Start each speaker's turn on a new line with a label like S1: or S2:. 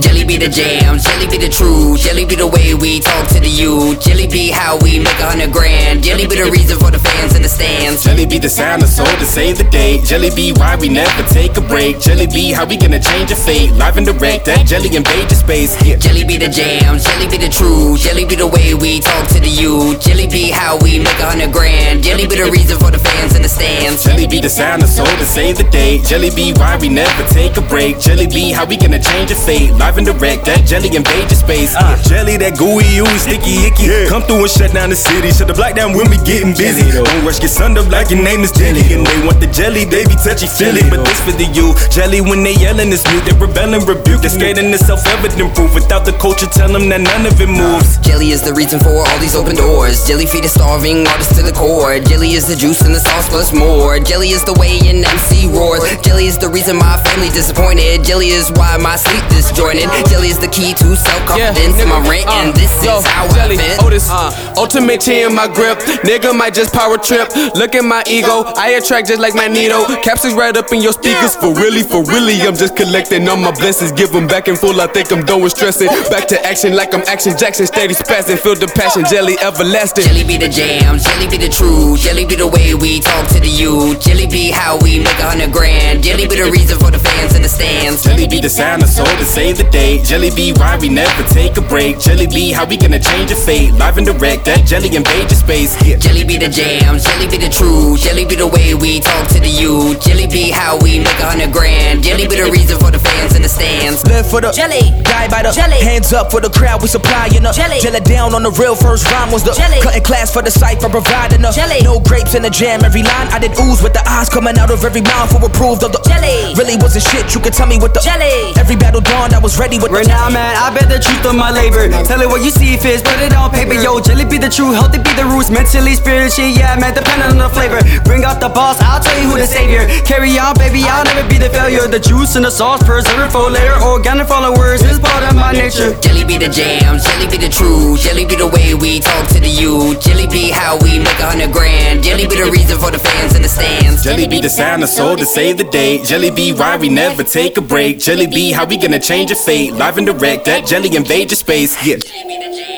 S1: Jelly be the jam, jelly be the truth, jelly be the way we talk to the youth, jelly be how we make a hundred grand, jelly be the reason for the fans in the stands.
S2: Jelly be the sound of soul to save the day. Jelly be why we never take a break. Jelly be how we gonna change your fate. Live and direct, that jelly invade your space. Yeah.
S1: Jelly be the jam, jelly be the truth, jelly be the way we talk to the youth, jelly be how we make a hundred grand, jelly be the reason for the fans in the stands.
S2: Jelly be the sound of soul to save the day. Jelly be why we never take a break. Jelly be how we gonna change your fate. Live and direct, that jelly invade your space.
S3: Uh, jelly, that gooey, ooey, sticky, icky. Come through and shut down the city. Shut the block down when we getting busy.
S2: Jelly, though.
S3: Don't rush, get sunned up like your name is Jenny. And they want the jelly, they be touchy feely.
S2: Jelly,
S3: But
S2: though.
S3: this for the you. Jelly, when they yelling, it's mute. They rebelling, rebuke. They skating, it's self evident proof. Without the culture, tell them that none of it moves.
S1: Jelly is the reason for all these open doors. Jelly feed a starving artist to the core. Jelly is the juice and the sauce plus more. Jelly is the way an MC roars. Jelly is the reason my family disappointed. Jelly is why my sleep disjointed. Jelly is the key to self confidence and my rent, and this
S4: uh, yo,
S1: is how
S4: jelly, oh,
S1: I Uh, fit.
S4: Otis, ultimate T in my grip. Nigga might just power trip. Look at my ego, I attract just like Magneto. Captions right up in your speakers. For really, for really, I'm just collecting all my blessings. Give them back in full, I think I'm done with stressing. Back to action like I'm Action Jackson, steady spazzing. Feel the passion, jelly everlasting.
S1: Jelly be the jam, jelly be the truth, jelly be the way we talk to the youth, jelly be how we make a hundred grand, jelly be the reason for the fans in the stands.
S2: Jelly be the sound of soul to save the day. Jelly be why we never take a break. Jelly be how we gonna change your fate. Live and direct, that jelly invade your space. Yeah.
S1: Jelly be the jam, jelly be the truth, jelly be the way we talk to the youth, jelly be how we make a hundred grand, jelly be the reason for the fans in the stands.
S5: Live for the
S6: Jelly.
S5: die by the
S6: Jelly.
S5: hands up for the crowd. We supplying the
S6: Jelly.
S5: jelly down on the real first rhyme was the
S6: Jelly.
S5: cutting class for the cipher providing the
S6: Jelly.
S5: no grapes in the jam. Every line I did ooze with the eyes coming out of every mouth. Who approved of the
S6: Jelly.
S5: Really wasn't shit. You could tell me what the
S6: Jelly.
S5: Every battle dawned. I was ready with
S7: Right
S5: the
S7: now, man, I bet the truth of my labor. Tell it what you see fits, put it on paper. Yo, jelly be the truth, healthy be the roots, mentally, spiritually, yeah, man, depending on the flavor. Bring out the boss, I'll tell you who the savior. Carry on, baby, I'll never be the failure. The juice and the sauce, preserve it for later. Organic followers is part of my nature.
S1: Jelly be the jam, jelly be the truth, jelly be the way we talk to the youth, jelly be how we make a hundred grand, jelly be the reason for the fans in the stands.
S2: Jelly be the sound of soul to save the day. Jelly be why we never take a break. Jelly be how we gonna change your fate. Live and direct, that jelly invade your space. Yeah.
S1: Jelly be the jam.